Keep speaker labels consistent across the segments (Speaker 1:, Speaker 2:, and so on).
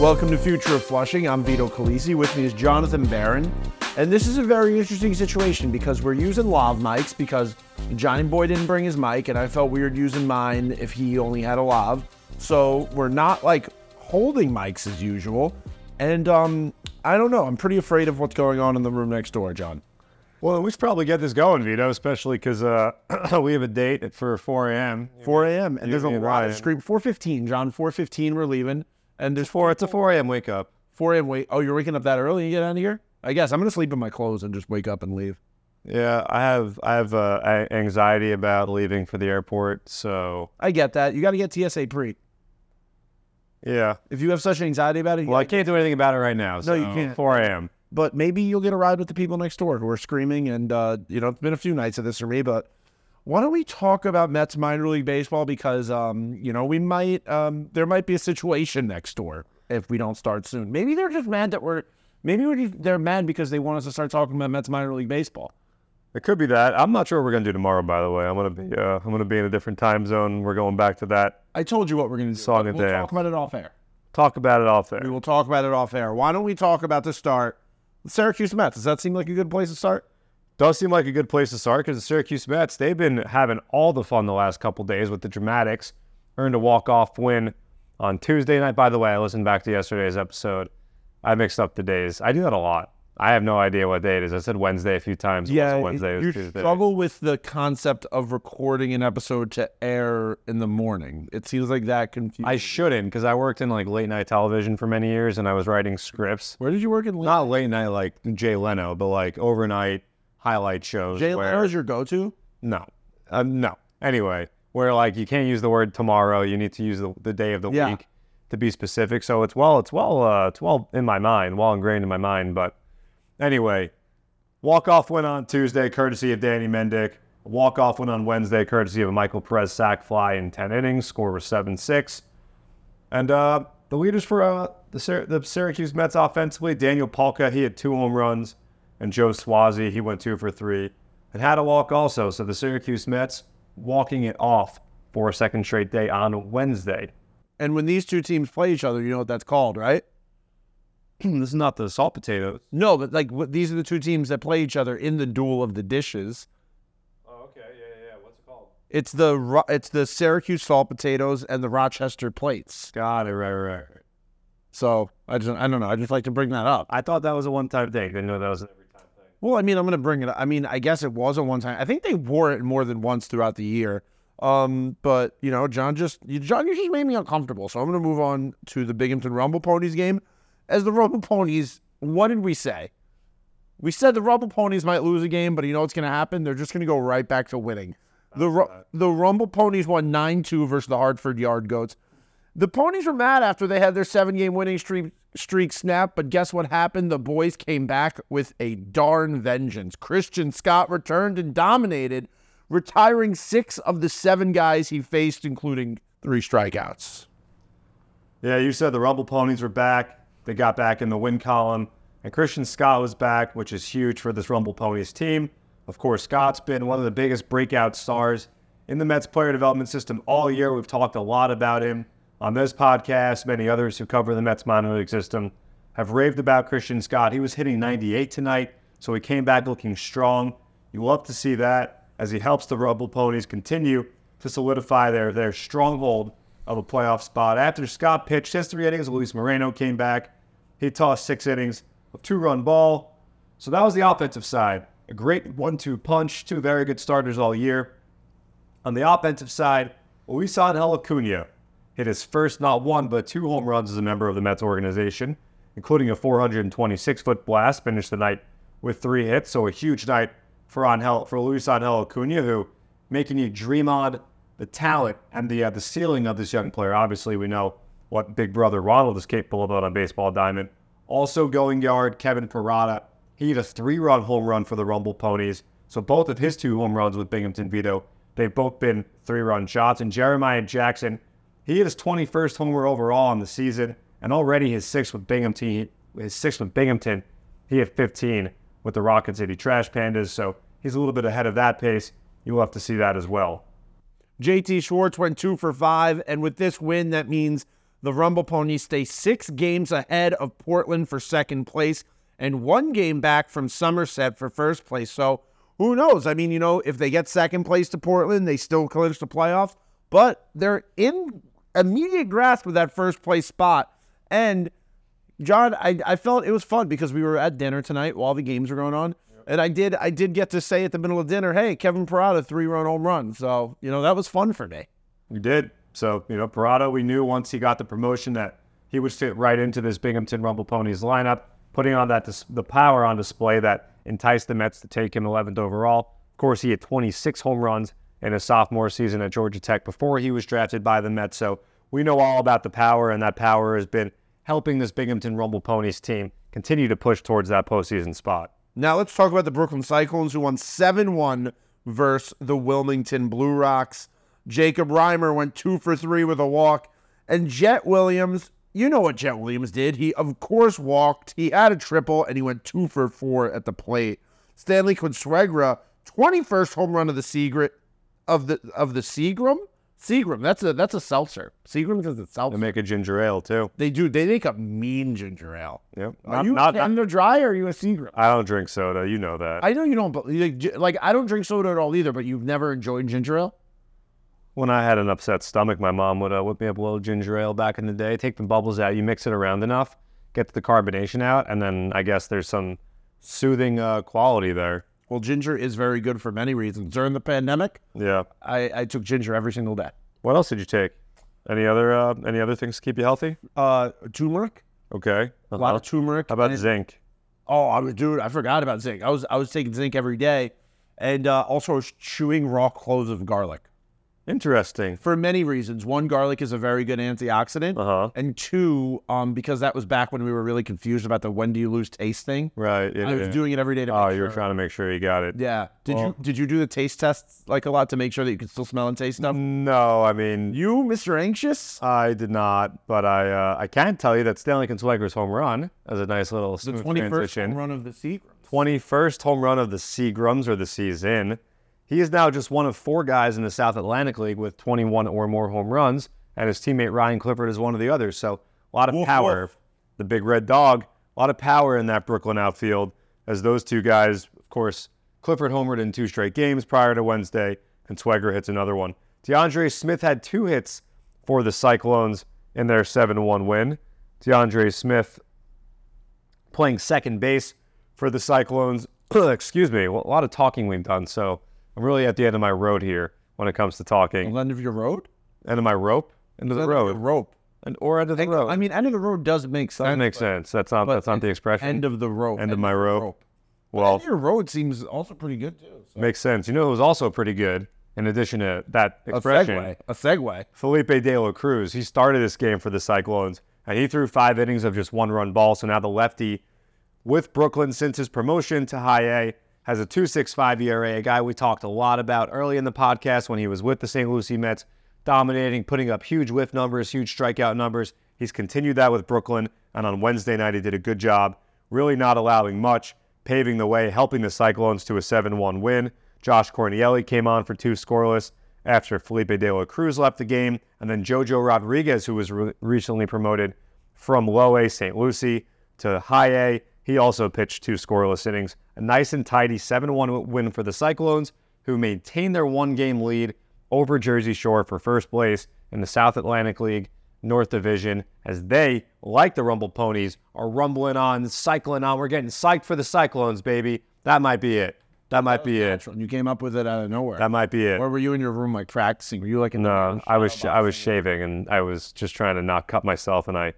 Speaker 1: Welcome to Future of Flushing. I'm Vito Calisi. With me is Jonathan Barron. And this is a very interesting situation because we're using lav mics because Johnny Boy didn't bring his mic and I felt weird using mine if he only had a lav. So we're not like holding mics as usual. And um, I don't know. I'm pretty afraid of what's going on in the room next door, John.
Speaker 2: Well, we should probably get this going, Vito, especially because uh, we have a date at- for 4 a.m.
Speaker 1: 4 a.m. And there's a
Speaker 2: yeah,
Speaker 1: lot
Speaker 2: Ryan.
Speaker 1: of scream. 4:15, John. 4:15. We're leaving. And there's
Speaker 2: Four, it's a 4 a.m. wake up.
Speaker 1: 4 a.m. Wait. Oh, you're waking up that early? You get out of here? I guess I'm gonna sleep in my clothes and just wake up and leave.
Speaker 2: Yeah, I have I have uh, a- anxiety about leaving for the airport, so
Speaker 1: I get that. You got to get TSA pre.
Speaker 2: yeah.
Speaker 1: If you have such anxiety about it,
Speaker 2: Well, I can't do anything about it right now.
Speaker 1: No, you
Speaker 2: so
Speaker 1: can't.
Speaker 2: 4 a.m.
Speaker 1: but maybe you'll get a ride with the people next door who are screaming. And uh, you know, it's been a few nights of this for me, but why don't we talk about Mets minor league baseball because um, you know we might um, there might be a situation next door if we don't start soon. Maybe they're just mad that we're maybe we're just, they're mad because they want us to start talking about Mets minor league baseball.
Speaker 2: It could be that. I'm not sure what we're gonna do tomorrow. By the way, I'm gonna be uh, I'm gonna be in a different time zone. We're going back to that.
Speaker 1: I told you what we're going to do.
Speaker 2: Saw
Speaker 1: but
Speaker 2: it
Speaker 1: we'll
Speaker 2: there.
Speaker 1: talk about it off air.
Speaker 2: Talk about it off there.
Speaker 1: We will talk about it off air. Why don't we talk about the start? Syracuse Mets. Does that seem like a good place to start?
Speaker 2: Does seem like a good place to start because the Syracuse Mets, they've been having all the fun the last couple days with the dramatics. Earned a walk-off win on Tuesday night. By the way, I listened back to yesterday's episode. I mixed up the days. I do that a lot. I have no idea what day it is. I said Wednesday a few times. It was
Speaker 1: Yeah,
Speaker 2: Wednesday. It was
Speaker 1: you
Speaker 2: Tuesday.
Speaker 1: struggle with the concept of recording an episode to air in the morning. It seems like that confusing.
Speaker 2: I shouldn't because I worked in like late night television for many years and I was writing scripts.
Speaker 1: Where did you work in? Lin-
Speaker 2: Not late night like Jay Leno, but like overnight highlight shows.
Speaker 1: Jay
Speaker 2: where-
Speaker 1: Leno is your go-to.
Speaker 2: No, uh, no. Anyway, where like you can't use the word tomorrow, you need to use the, the day of the
Speaker 1: Yeah.
Speaker 2: week to be specific. So it's well, it's well, uh, it's well in my mind, well ingrained in my mind. But anyway, walk off went on Tuesday, courtesy of Danny Mendick. Walk off went on Wednesday, courtesy of a Michael Perez sack fly in ten innings. Score was seven six, and uh, the leaders for uh, the Syr- the Syracuse Mets offensively, Daniel Polka, he had two home runs, and Joe Swazi, he went two for three and had a walk also. So the Syracuse Mets walking it off for a second straight day on Wednesday.
Speaker 1: And when these two teams play each other, you know what that's called, right?
Speaker 2: this is not the salt potatoes.
Speaker 1: No, but like wh- these are the two teams that play each other in the duel of the dishes.
Speaker 2: Oh, okay, yeah, yeah. What's it called?
Speaker 1: It's the Ro- it's the Syracuse salt potatoes and the Rochester plates.
Speaker 2: Got it, right, right, right.
Speaker 1: So I just I don't know. I just like to bring that up.
Speaker 2: I thought that was a one-time thing. Didn't know that was an every-time thing.
Speaker 1: Well, I mean, I'm going to bring it up. I mean, I guess it was a one time. I think they wore it more than once throughout the year. Um, but you know, John just you, John, you just made me uncomfortable. So I'm going to move on to the Binghamton Rumble Ponies game. As the Rumble Ponies, what did we say? We said the Rumble Ponies might lose a game, but you know what's going to happen? They're just going to go right back to winning. The Ru- the Rumble Ponies won 9-2 versus the Hartford Yard Goats. The ponies were mad after they had their seven game winning streak, streak snapped, but guess what happened? The boys came back with a darn vengeance. Christian Scott returned and dominated, retiring six of the seven guys he faced, including three strikeouts.
Speaker 2: Yeah, you said the Rumble Ponies were back. They got back in the win column. And Christian Scott was back, which is huge for this Rumble Ponies team. Of course, Scott's been one of the biggest breakout stars in the Mets player development system all year. We've talked a lot about him on this podcast. Many others who cover the Mets minor league system have raved about Christian Scott. He was hitting 98 tonight, so he came back looking strong. You love to see that as he helps the Rumble Ponies continue to solidify their, their stronghold of a playoff spot. After Scott pitched his three innings, Luis Moreno came back. He tossed six innings of two run ball. So that was the offensive side. A great one two punch, two very good starters all year. On the offensive side, we saw Angel Acuna hit his first not one but two home runs as a member of the Mets organization, including a 426 foot blast. Finished the night with three hits, so a huge night for Angel for Luis Angel Acuna, who making you dream on the talent and the uh, the ceiling of this young player. Obviously, we know what Big Brother Ronald is capable of out on Baseball Diamond. Also going yard, Kevin Parada. He hit a three-run home run for the Rumble Ponies. So both of his two home runs with Binghamton Vito, they've both been three-run shots. And Jeremiah Jackson, he hit his 21st homer overall in the season, and already his sixth with Binghamton. His sixth with Binghamton. He hit 15 with the Rocket City Trash Pandas. So he's a little bit ahead of that pace. You'll have to see that as well.
Speaker 1: JT Schwartz went two for five, and with this win, that means The Rumble Ponies stay six games ahead of Portland for second place and one game back from Somerset for first place. So who knows? I mean, you know, if they get second place to Portland, they still clinch the playoffs, but they're in immediate grasp of that first place spot. And John, I, I felt it was fun because we were at dinner tonight while the games were going on. And I did I did get to say at the middle of dinner, hey, Kevin Parada, three run home run. So, you know, that was fun for me.
Speaker 2: We did. So, you know, Parada, we knew once he got the promotion that he would fit right into this Binghamton Rumble Ponies lineup, putting on that dis- the power on display that enticed the Mets to take him 11th overall. Of course, he had 26 home runs in his sophomore season at Georgia Tech before he was drafted by the Mets. So we know all about the power, and that power has been helping this Binghamton Rumble Ponies team continue to push towards that postseason spot.
Speaker 1: Now let's talk about the Brooklyn Cyclones who won 7-1 versus the Wilmington Blue Rocks. Jacob Reimer went 2 for 3 with a walk and Jet Williams, you know what Jet Williams did? He of course walked. He had a triple and he went 2 for 4 at the plate. Stanley Consuegra, 21st home run of the Seagram of the of the Seagram? Seagram, that's a that's a seltzer. Seagram because it's seltzer.
Speaker 2: They make a ginger ale, too.
Speaker 1: They do. They make a mean ginger ale.
Speaker 2: Yep.
Speaker 1: Are you Canada Dry or are you a Seagram?
Speaker 2: I don't drink soda. You know that.
Speaker 1: I know you don't, but like, j- like I don't drink soda at all either. But you've never enjoyed ginger ale.
Speaker 2: When I had an upset stomach, my mom would uh, whip me up a little ginger ale back in the day. Take the bubbles out, you mix it around enough, get the carbonation out, and then I guess there's some soothing uh, quality there.
Speaker 1: Well, ginger is very good for many reasons. During the pandemic,
Speaker 2: Yeah.
Speaker 1: I, I took ginger every single day.
Speaker 2: What else did you take? Any other uh, any other things to keep you healthy?
Speaker 1: Uh, turmeric,
Speaker 2: Okay. Uh-huh.
Speaker 1: a lot of turmeric.
Speaker 2: How about
Speaker 1: and-
Speaker 2: zinc?
Speaker 1: Oh, I was dude. I forgot about zinc. I was I was taking zinc every day, and uh, also I was chewing raw cloves of garlic
Speaker 2: Interesting.
Speaker 1: for many reasons. One, garlic is a very good antioxidant,
Speaker 2: Uh huh.
Speaker 1: and two, um, because that was back when we were really confused about the when do you lose taste thing.
Speaker 2: Right. yeah,
Speaker 1: I was
Speaker 2: yeah.
Speaker 1: doing it every day to make
Speaker 2: oh, you were
Speaker 1: sure.
Speaker 2: trying to make sure you got it.
Speaker 1: Yeah. Did
Speaker 2: Well-
Speaker 1: you did you do the taste tests like a lot to make sure that you could still smell and taste stuff?
Speaker 2: No, I mean,
Speaker 1: You, Mr. Anxious?
Speaker 2: I did not, but I uh, I can tell you that Stanley Consuegra's home run as a nice little
Speaker 1: The
Speaker 2: smooth
Speaker 1: twenty first
Speaker 2: transition.
Speaker 1: run of the Seagram.
Speaker 2: 21st home run of the Seagrams or the season. He is now just one of four guys in the South Atlantic League with 21 or more home runs, and his teammate Ryan Clifford is one of the others. So a lot of
Speaker 1: Woof,
Speaker 2: power.
Speaker 1: woof.
Speaker 2: The big red dog, a lot of power in that Brooklyn outfield as those two guys, of course, Clifford homered in two straight games prior to Wednesday, and Swagger hits another one. DeAndre Smith had two hits for the Cyclones in their 7 1 win. DeAndre Smith playing second base for the Cyclones. Excuse me. Well, a lot of talking we've done, so I'm really at the end of my road here when it comes to talking.
Speaker 1: End of your road?
Speaker 2: End of my rope, end of the
Speaker 1: End of your
Speaker 2: road,
Speaker 1: rope.
Speaker 2: and or end of the road.
Speaker 1: I mean, end of the road does make
Speaker 2: that
Speaker 1: sense.
Speaker 2: makes sense. That's not
Speaker 1: but
Speaker 2: that's not the expression.
Speaker 1: End of the rope.
Speaker 2: End of my
Speaker 1: the
Speaker 2: rope.
Speaker 1: End
Speaker 2: well,
Speaker 1: of your road seems also pretty good too. So.
Speaker 2: makes sense. You know, it was also pretty good. In addition to that
Speaker 1: A
Speaker 2: expression,
Speaker 1: segue. A segue.
Speaker 2: Felipe De La Cruz. He started this game for the Cyclones, and he threw five innings of just one run ball. So now the lefty with Brooklyn since his promotion to high A has a 2.65 ERA, E a guy we talked a lot about early in the podcast when he was with the St. Lucie Mets, dominating, putting up huge whiff numbers, huge strikeout numbers. He's continued that with Brooklyn, and on Wednesday night he did a good job, really not allowing much, paving the way, helping the Cyclones to a 7-1 win. Josh Cornielli came on for two scoreless after Felipe De La Cruz left the game, and then JoJo Rodriguez, who was re- recently promoted from low A St. Lucie to high A. He also pitched two scoreless innings. A nice and tidy 7 1 win for the Cyclones, who maintained their one game lead over Jersey Shore for first place in the South Atlantic League North Division as they, like the Rumble Ponies, are rumbling on, cycling on. We're getting psyched for the Cyclones, baby. That might be it. That might be it.
Speaker 1: You came up with it out of nowhere.
Speaker 2: That might be it.
Speaker 1: Where were you in your room like practicing? Were you like in the
Speaker 2: No, I was I was shaving and I was just trying to not cut myself and I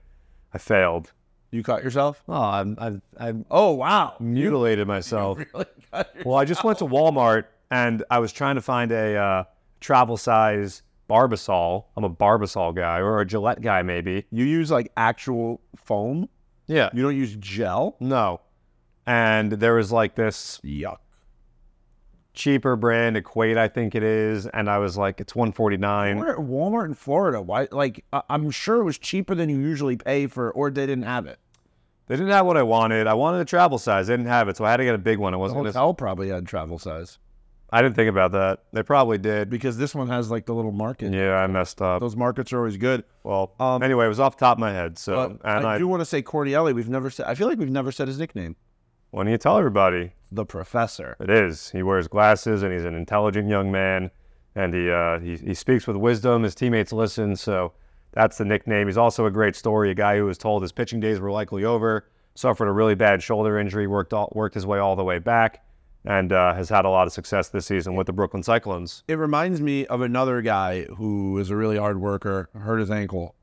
Speaker 2: I failed.
Speaker 1: You cut yourself?
Speaker 2: Oh, I I
Speaker 1: Oh wow.
Speaker 2: mutilated myself.
Speaker 1: Really cut your-
Speaker 2: Well, I just went to Walmart and I was trying to find a uh, travel size Barbasol. I'm a Barbasol guy or a Gillette guy, maybe.
Speaker 1: You use like actual foam?
Speaker 2: Yeah.
Speaker 1: You don't use gel?
Speaker 2: No. And there was like this
Speaker 1: Yuck.
Speaker 2: cheaper brand, Equate, I think it is. And I was like, it's 149.
Speaker 1: We're at Walmart in Florida. Why? Like, I- I'm sure it was cheaper than you usually pay for, or they didn't have it.
Speaker 2: They didn't have what I wanted. I wanted a travel size. They didn't have it. So I had to get a big one. I
Speaker 1: The
Speaker 2: wasn't going to.
Speaker 1: hotel probably had travel size.
Speaker 2: I didn't think about that. They probably did.
Speaker 1: because this one has like the little market.
Speaker 2: Yeah, I messed up.
Speaker 1: Those markets are always good.
Speaker 2: Well,
Speaker 1: Um,
Speaker 2: anyway, it was off the top of my head.
Speaker 1: But
Speaker 2: So, and
Speaker 1: I,
Speaker 2: I,
Speaker 1: do want to say Cordielli. We've never said. I feel like we've never said his nickname,
Speaker 2: why don't you tell everybody?
Speaker 1: the Professor.
Speaker 2: It is. He wears glasses, and he's an intelligent young man, and he uh, he, he speaks with wisdom. His teammates listen, so that's the nickname. He's also a great story. A guy who was told his pitching days were likely over, suffered a really bad shoulder injury, worked all, worked his way all the way back, and uh, has had a lot of success this season with the Brooklyn Cyclones.
Speaker 1: It reminds me of another guy who is a really hard worker, hurt his ankle,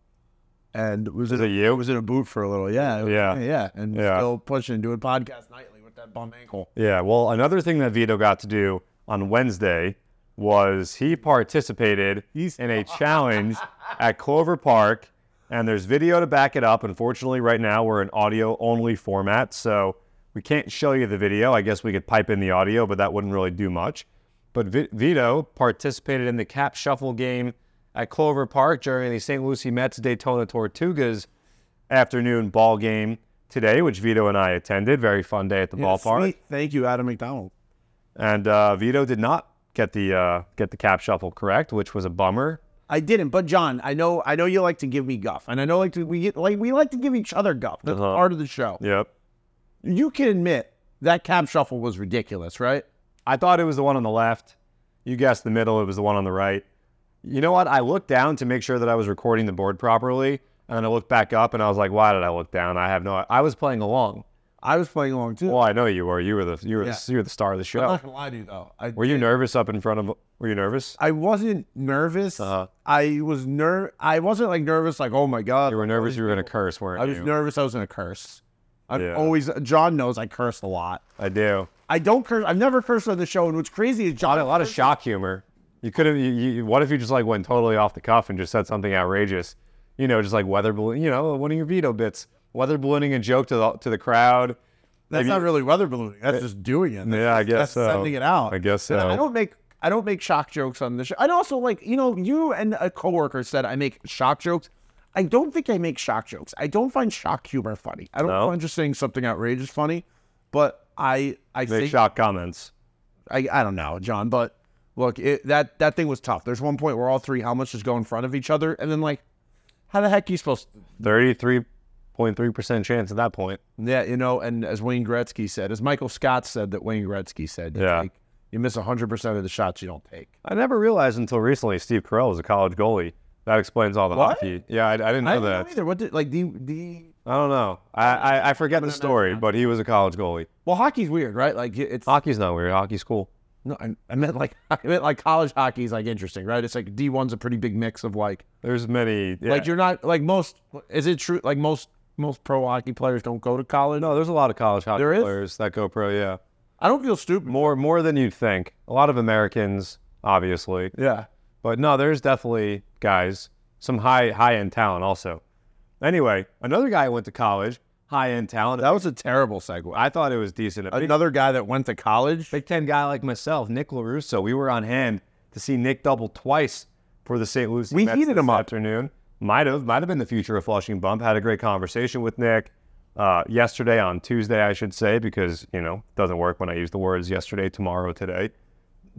Speaker 1: and was
Speaker 2: Is
Speaker 1: in
Speaker 2: it
Speaker 1: a,
Speaker 2: you?
Speaker 1: was in a boot for a little. Yeah, it was-
Speaker 2: Yeah.
Speaker 1: yeah, and
Speaker 2: Yeah.
Speaker 1: still pushing, doing podcasts nightly with that bum ankle.
Speaker 2: Yeah, well, another thing that Vito got to do on Wednesday was he participated in a challenge at Clover Park, and there's video to back it up. Unfortunately, right now we're in audio only format, so we can't show you the video. I guess we could pipe in the audio, but that wouldn't really do much. But Vi- Vito participated in the cap shuffle game at Clover Park during the St. Lucie Mets Daytona Tortugas afternoon ball game today, which Vito and I attended. Very fun day at the ballpark.
Speaker 1: Sweet. Thank you, Adam McDonald.
Speaker 2: And uh, Vito did not get the uh, get the cap shuffle correct, which was a bummer.
Speaker 1: I didn't, but John, I know, I know you like to give me guff, and I know like to, we get, like we like to give each other guff. That's
Speaker 2: Uh-huh.
Speaker 1: part of the show.
Speaker 2: Yep.
Speaker 1: You can admit that cab shuffle was ridiculous, right?
Speaker 2: I thought it was the one on the left. You guessed the middle. It was the one on the right. You know what? I looked down to make sure that I was recording the board properly, and then I looked back up and I was like, "Why did I look down? I have no. I was playing along.
Speaker 1: I was playing along too.
Speaker 2: Well, I know you were. You were the you were
Speaker 1: Yeah. Uh-huh.
Speaker 2: the, you were the star of the
Speaker 1: I'm
Speaker 2: show.
Speaker 1: not gonna lie to you though. I,
Speaker 2: Were you nervous up in front of? Were you nervous?
Speaker 1: I wasn't nervous.
Speaker 2: Uh-huh.
Speaker 1: I was ner. I wasn't like nervous, like oh my god.
Speaker 2: You were nervous. You were gonna curse, weren't
Speaker 1: I was
Speaker 2: you?
Speaker 1: nervous. I was gonna curse. I'm
Speaker 2: Yeah.
Speaker 1: always. John knows I curse a lot.
Speaker 2: I do.
Speaker 1: I don't curse. I've never cursed on the show, and what's crazy is John.
Speaker 2: a lot of shock humor. You could have. You, you, what if you just like went totally off the cuff and just said something outrageous? You know, just like weather balloon. You know, one of your veto bits, weather ballooning a joke to the to the crowd.
Speaker 1: That's
Speaker 2: Maybe-
Speaker 1: not really weather ballooning. That's just doing it. That's,
Speaker 2: Yeah, I
Speaker 1: just-
Speaker 2: guess
Speaker 1: that's
Speaker 2: so.
Speaker 1: Sending it out.
Speaker 2: I guess
Speaker 1: And I
Speaker 2: so.
Speaker 1: don't make I don't make shock jokes on the show. And also, like you know, you and a coworker said I make shock jokes. I don't think I make shock jokes. I don't find shock humor funny. I don't
Speaker 2: No?
Speaker 1: find just saying something outrageous funny, but I I
Speaker 2: Make
Speaker 1: say,
Speaker 2: shock comments.
Speaker 1: I I don't know, John. But look, it, that that thing was tough. There's one point where all three helmets just go in front of each other, and then like, how the heck are you supposed? to
Speaker 2: Thirty three point three percent chance at that point.
Speaker 1: Yeah, you know, and as Wayne Gretzky said, as Michael Scott said that Wayne Gretzky said, you
Speaker 2: Yeah.
Speaker 1: take- you miss 100% of the shots you don't take.
Speaker 2: I never realized until recently Steve Carell was a college goalie. That explains all the
Speaker 1: What?
Speaker 2: hockey. Yeah, I, I didn't know
Speaker 1: I didn't
Speaker 2: that.
Speaker 1: know either. What did, like, the, the,
Speaker 2: I don't know. I, I, I forget the
Speaker 1: gonna know
Speaker 2: story,
Speaker 1: that.
Speaker 2: but he was a college goalie.
Speaker 1: well, hockey's weird, right? Like, it's,
Speaker 2: Hockey's not weird. Hockey's cool.
Speaker 1: no, I, I meant like, I meant like college hockey's like interesting, right? It's like D1's a pretty big mix of like,
Speaker 2: There's many. yeah.
Speaker 1: like you're not, like most, is it true? Like most, most pro hockey players don't go to college.
Speaker 2: no, there's a lot of college hockey
Speaker 1: There is?
Speaker 2: players that go pro. Yeah.
Speaker 1: I don't feel stupid.
Speaker 2: More more than you'd think. A lot of Americans, obviously,
Speaker 1: Yeah.
Speaker 2: but no, there's definitely guys, some high high end talent also. Anyway, another guy went to college, high end talent.
Speaker 1: That was a terrible segue.
Speaker 2: I thought it was decent. A big,
Speaker 1: Another guy that went to college.
Speaker 2: Big Ten guy like myself, Nick Larusso. We were on hand to see Nick double twice for the St. Louis.
Speaker 1: We
Speaker 2: Mets
Speaker 1: heated
Speaker 2: this
Speaker 1: him up.
Speaker 2: afternoon. Might have might have been the future of Flushing Bump. Had a great conversation with Nick. Uh, yesterday on Tuesday, I should say, because you know it doesn't work when I use the words yesterday, tomorrow, today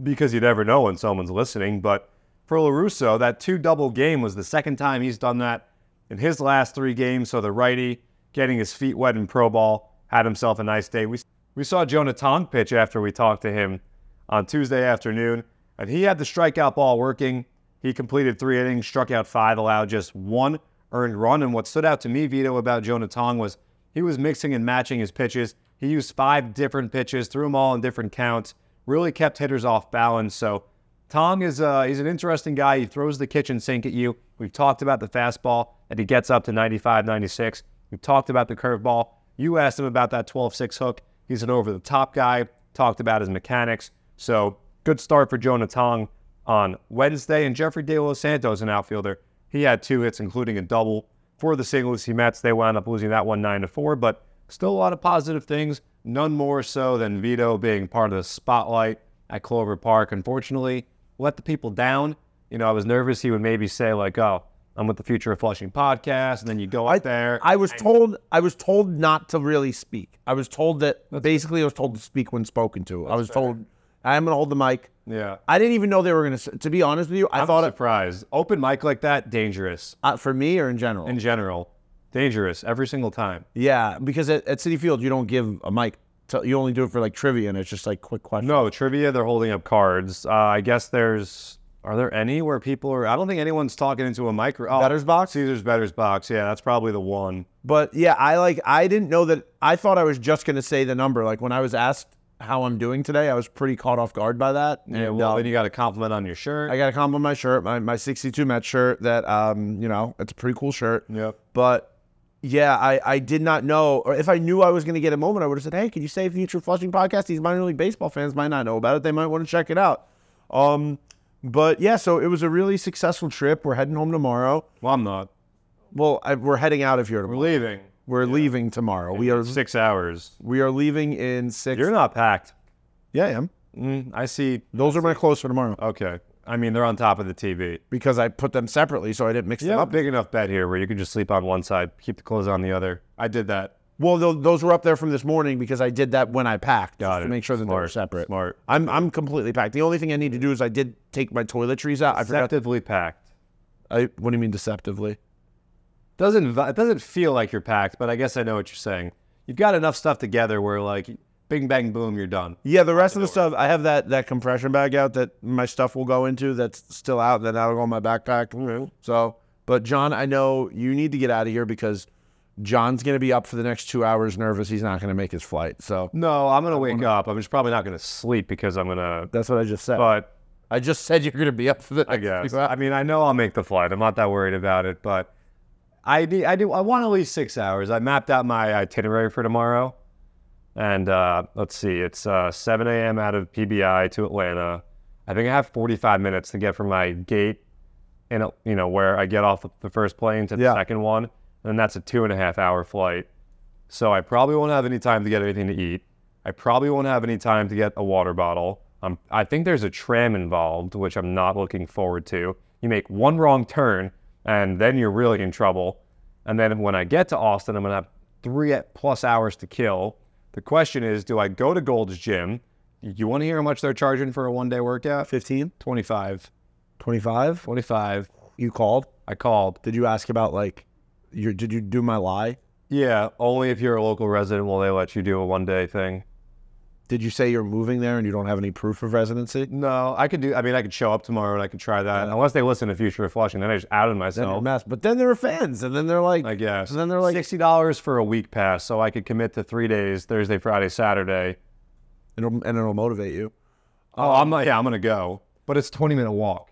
Speaker 2: because you never know when someone's listening. But for LaRusso, that two double game was the second time he's done that in his last three games. So the righty getting his feet wet in pro ball had himself a nice day. We, we saw Jonah Tong pitch after we talked to him on Tuesday afternoon, and he had the strikeout ball working. He completed three innings, struck out five, allowed just one earned run. And what stood out to me, Vito, about Jonah Tong was he was mixing and matching his pitches. He used five different pitches, threw them all in different counts, really kept hitters off balance. So Tong is uh, he's an interesting guy. He throws the kitchen sink at you. We've talked about the fastball that he gets up to 95, 96. We've talked about the curveball. You asked him about that 12 6 hook. He's an over the top guy. Talked about his mechanics. So good start for Jonah Tong on Wednesday. And Jeffrey De Los Santos, an outfielder, he had two hits, including a double for the St. Lucie Mets. They wound up losing that one 9 to 4, but still a lot of positive things. None more so than Vito being part of the spotlight at Clover Park. Unfortunately, let the people down. You know, I was nervous he would maybe say, like, oh, I'm with the Future of Flushing podcast. And then you go up there.
Speaker 1: I was told I was told not to really speak. I was told that basically I was told to speak when spoken to. I was told I'm gonna hold the mic.
Speaker 2: Yeah.
Speaker 1: I didn't even know they were going to. To be honest with you, I
Speaker 2: I'm
Speaker 1: thought it
Speaker 2: surprised. Open mic like that, dangerous
Speaker 1: uh, for me or in general.
Speaker 2: in general. Dangerous every single time.
Speaker 1: yeah, because at, at City Field you don't give a mic. To, you only do it for like trivia, and it's just like quick questions.
Speaker 2: No, trivia, they're holding up cards. Uh, I guess there's, are there any where people are, I don't think anyone's talking into a mic. Or, oh,
Speaker 1: Better's box?
Speaker 2: Caesar's Better's Box. Yeah, that's probably the one.
Speaker 1: But yeah, I like I didn't know that I thought I was just gonna say the number. Like when I was asked how I'm doing today, I was pretty caught off guard by that.
Speaker 2: Yeah,
Speaker 1: And,
Speaker 2: well,
Speaker 1: uh,
Speaker 2: then you got a compliment on your shirt.
Speaker 1: I got a compliment on my shirt, my, my 62 Met shirt that um, you know, it's a pretty cool shirt.
Speaker 2: yep.
Speaker 1: But yeah, I, I did not know or if I knew I was gonna get a moment, I would have said, Hey, can you say future flushing podcast? These minor league baseball fans might not know about it. They might want to check it out. Um but yeah, so it was a really successful trip. We're heading home tomorrow.
Speaker 2: Well, I'm not.
Speaker 1: Well, I, we're heading out of here
Speaker 2: We're
Speaker 1: tomorrow.
Speaker 2: leaving.
Speaker 1: We're leaving tomorrow. We are
Speaker 2: Six hours.
Speaker 1: We are leaving in 6
Speaker 2: Mm-hmm. You're not packed.
Speaker 1: yeah, I am.
Speaker 2: Mm, I see.
Speaker 1: Those are my clothes for tomorrow
Speaker 2: Okay. I mean, they're on top of the TV.
Speaker 1: because I put them separately, so I didn't mix
Speaker 2: You
Speaker 1: them
Speaker 2: have a
Speaker 1: up.
Speaker 2: big enough bed here where you can just sleep on one side, keep the clothes on the other. I did that.
Speaker 1: Well, tho- those were up there from this morning because I did that when I packed
Speaker 2: Got
Speaker 1: just to
Speaker 2: it.
Speaker 1: make sure that they were
Speaker 2: Smart,
Speaker 1: separate.
Speaker 2: smart.
Speaker 1: I'm I'm completely packed. The only thing I need to do is I did take my toiletries out. I forgot.
Speaker 2: Deceptively packed.
Speaker 1: I, what do you mean deceptively?
Speaker 2: Doesn't vi- it doesn't feel like you're packed, but I guess I know what you're saying. You've got enough stuff together where like, bing bang boom, you're done.
Speaker 1: Yeah, the rest of the stuff I have that that compression bag out that my stuff will go into that's still out. Then that'll go in my backpack. So, but John, I know you need to get out of here because John's gonna be up for the next two hours, nervous. He's not gonna make his flight. So
Speaker 2: No, I'm gonna wake up. I'm just probably not gonna sleep because I'm gonna.
Speaker 1: that's what I just said.
Speaker 2: But
Speaker 1: I just said you're going to be up for the next
Speaker 2: I guess.
Speaker 1: few hours.
Speaker 2: I mean, I know I'll make the flight. I'm not that worried about it, but I do. I do. I want at least six hours. I mapped out my itinerary for tomorrow, and uh, let's see. It's uh, 7 a.m. out of PBI to Atlanta. I think I have 45 minutes to get from my gate, and uh, you know where I get off the- the first plane to the
Speaker 1: Yeah.
Speaker 2: second one, and that's a two and a half hour flight. So I probably won't have any time to get anything to eat. I probably won't have any time to get a water bottle. Um, I think there's a tram involved, which I'm not looking forward to. You make one wrong turn, and then you're really in trouble. And then when I get to Austin, I'm gonna have three plus hours to kill. The question is, do I go to Gold's Gym? You want to hear how much they're charging for a one-day workout?
Speaker 1: 15,
Speaker 2: 25,
Speaker 1: 25.
Speaker 2: 25.
Speaker 1: You called.
Speaker 2: I called.
Speaker 1: Did you ask about like, your, did you do my lie?
Speaker 2: Yeah, only if you're a local resident will they let you do a one-day thing.
Speaker 1: Did you say you're moving there and you don't have any proof of residency?
Speaker 2: No, I could do. I mean, I could show up tomorrow and I could try that. Unless they listen to Future of Flushing, then I just outed
Speaker 1: Then you're a
Speaker 2: myself.
Speaker 1: mess. But then there are fans, and then they're like,
Speaker 2: I guess.
Speaker 1: And then they're like-
Speaker 2: sixty dollars for a week pass, so I could commit to three days: Thursday, Friday, Saturday.
Speaker 1: it'll, and it'll motivate you.
Speaker 2: Oh,
Speaker 1: Um,
Speaker 2: I'm not. Yeah, I'm gonna go. But it's twenty minute walk.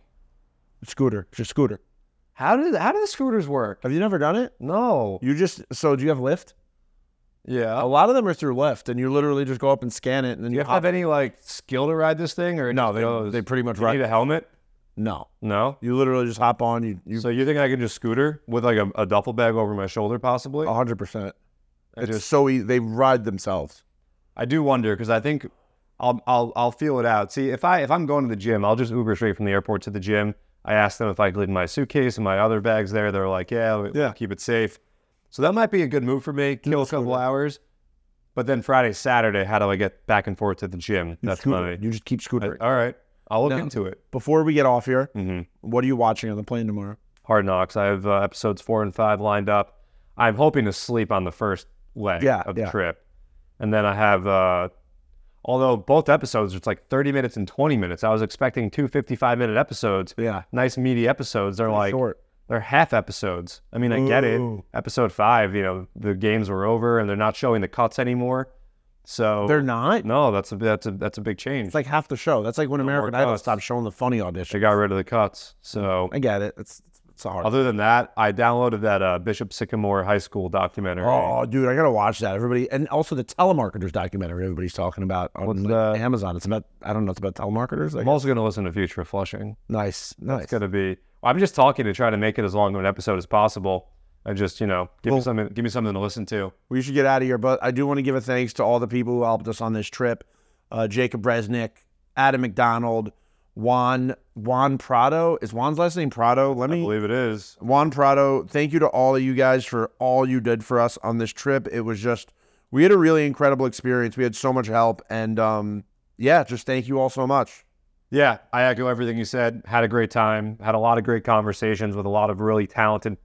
Speaker 1: Scooter, it's your scooter.
Speaker 2: How do how do the scooters work?
Speaker 1: Have you never done it?
Speaker 2: No.
Speaker 1: You just so do you have Lyft? A
Speaker 2: Yeah.
Speaker 1: lot of them are through Lyft, and you literally just go up and scan it, and then
Speaker 2: Uh, Do
Speaker 1: you,
Speaker 2: you have, to have any like skill to ride this thing, or it
Speaker 1: No,
Speaker 2: just goes?
Speaker 1: they they pretty much
Speaker 2: Do you
Speaker 1: ride.
Speaker 2: need a helmet.
Speaker 1: No,
Speaker 2: No.
Speaker 1: you literally just hop on. You you
Speaker 2: So you think I can just scooter with like a, a duffel bag over my shoulder, possibly?
Speaker 1: hundred percent.
Speaker 2: I
Speaker 1: Oh, It's
Speaker 2: just-
Speaker 1: so easy. They ride themselves.
Speaker 2: I do wonder because I think I'll, I'll I'll feel it out. See, if I if I'm going to the gym, I'll just Uber straight from the airport to the gym. I ask them if I could leave my suitcase and my other bags there. They're like, yeah, we-
Speaker 1: Yeah.
Speaker 2: keep it safe. So that might be a good move for me. Kill a couple hours, but then Friday, Saturday, how do I get back and forth to the gym?
Speaker 1: You
Speaker 2: That's
Speaker 1: scooter.
Speaker 2: funny.
Speaker 1: You just keep scootering.
Speaker 2: All right, I'll look
Speaker 1: No.
Speaker 2: into it.
Speaker 1: Before we get off here,
Speaker 2: hmm
Speaker 1: what are you watching on the plane tomorrow?
Speaker 2: Hard Knocks. I have uh, episodes four and five lined up. I'm hoping to sleep on the first leg
Speaker 1: Yeah,
Speaker 2: of the
Speaker 1: yeah.
Speaker 2: trip. And then I have, uh, although both episodes, it's like 30 minutes and 20 minutes. I was expecting two 55 minute episodes,
Speaker 1: Yeah,
Speaker 2: nice meaty episodes. They're like,
Speaker 1: short.
Speaker 2: they're half episodes. I mean, I get it.
Speaker 1: Ooh.
Speaker 2: Episode five, you know, the games were over and they're not showing the cuts anymore. So
Speaker 1: They're not.
Speaker 2: no, that's a that's a that's a big change.
Speaker 1: It's like half the show. That's like when American
Speaker 2: more
Speaker 1: Idol
Speaker 2: cuts.
Speaker 1: stopped showing the funny audition.
Speaker 2: they got rid of the cuts. So
Speaker 1: I get it. It's it's a hard.
Speaker 2: other than that, I downloaded that uh, Bishop Sycamore High School documentary.
Speaker 1: Oh, dude, I gotta watch that. Everybody, and also the telemarketers documentary everybody's talking about on
Speaker 2: What's
Speaker 1: like,
Speaker 2: that?
Speaker 1: Amazon. It's about I don't know. It's about telemarketers. I
Speaker 2: I'm
Speaker 1: guess.
Speaker 2: also going to listen to Future of Flushing.
Speaker 1: nice, nice.
Speaker 2: It's going to be. I'm just talking to try to make it as long of an episode as possible, and just you know, give
Speaker 1: Well-
Speaker 2: me something, give me something to listen to.
Speaker 1: We should get out of here, but I do want to give a thanks to all the people who helped us on this trip: uh, Jacob Resnick, Adam McDonald, Juan Juan Prado. Is Juan's last name Prado? Let
Speaker 2: I
Speaker 1: me
Speaker 2: believe it is.
Speaker 1: Juan Prado, thank you to all of you guys for all you did for us on this trip. It was just we had a really incredible experience. We had so much help and um yeah, just thank you all so much.
Speaker 2: Yeah, I echo everything you said. Had a great time. Had a lot of great conversations with a lot of really talented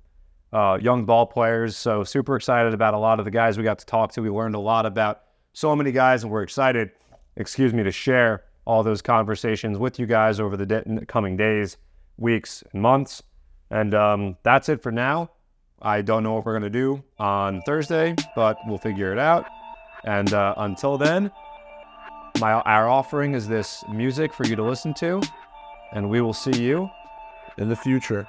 Speaker 2: uh, young ball players. So super excited about a lot of the guys we got to talk to. We learned a lot about so many guys, and we're excited, excuse me, to share all those conversations with you guys over the de- coming days, weeks, and months. And um, that's it for now. I don't know what we're gonna do on Thursday, but we'll figure it out. And uh, until then my our offering is this music for you to listen to and we will see you
Speaker 1: in the future.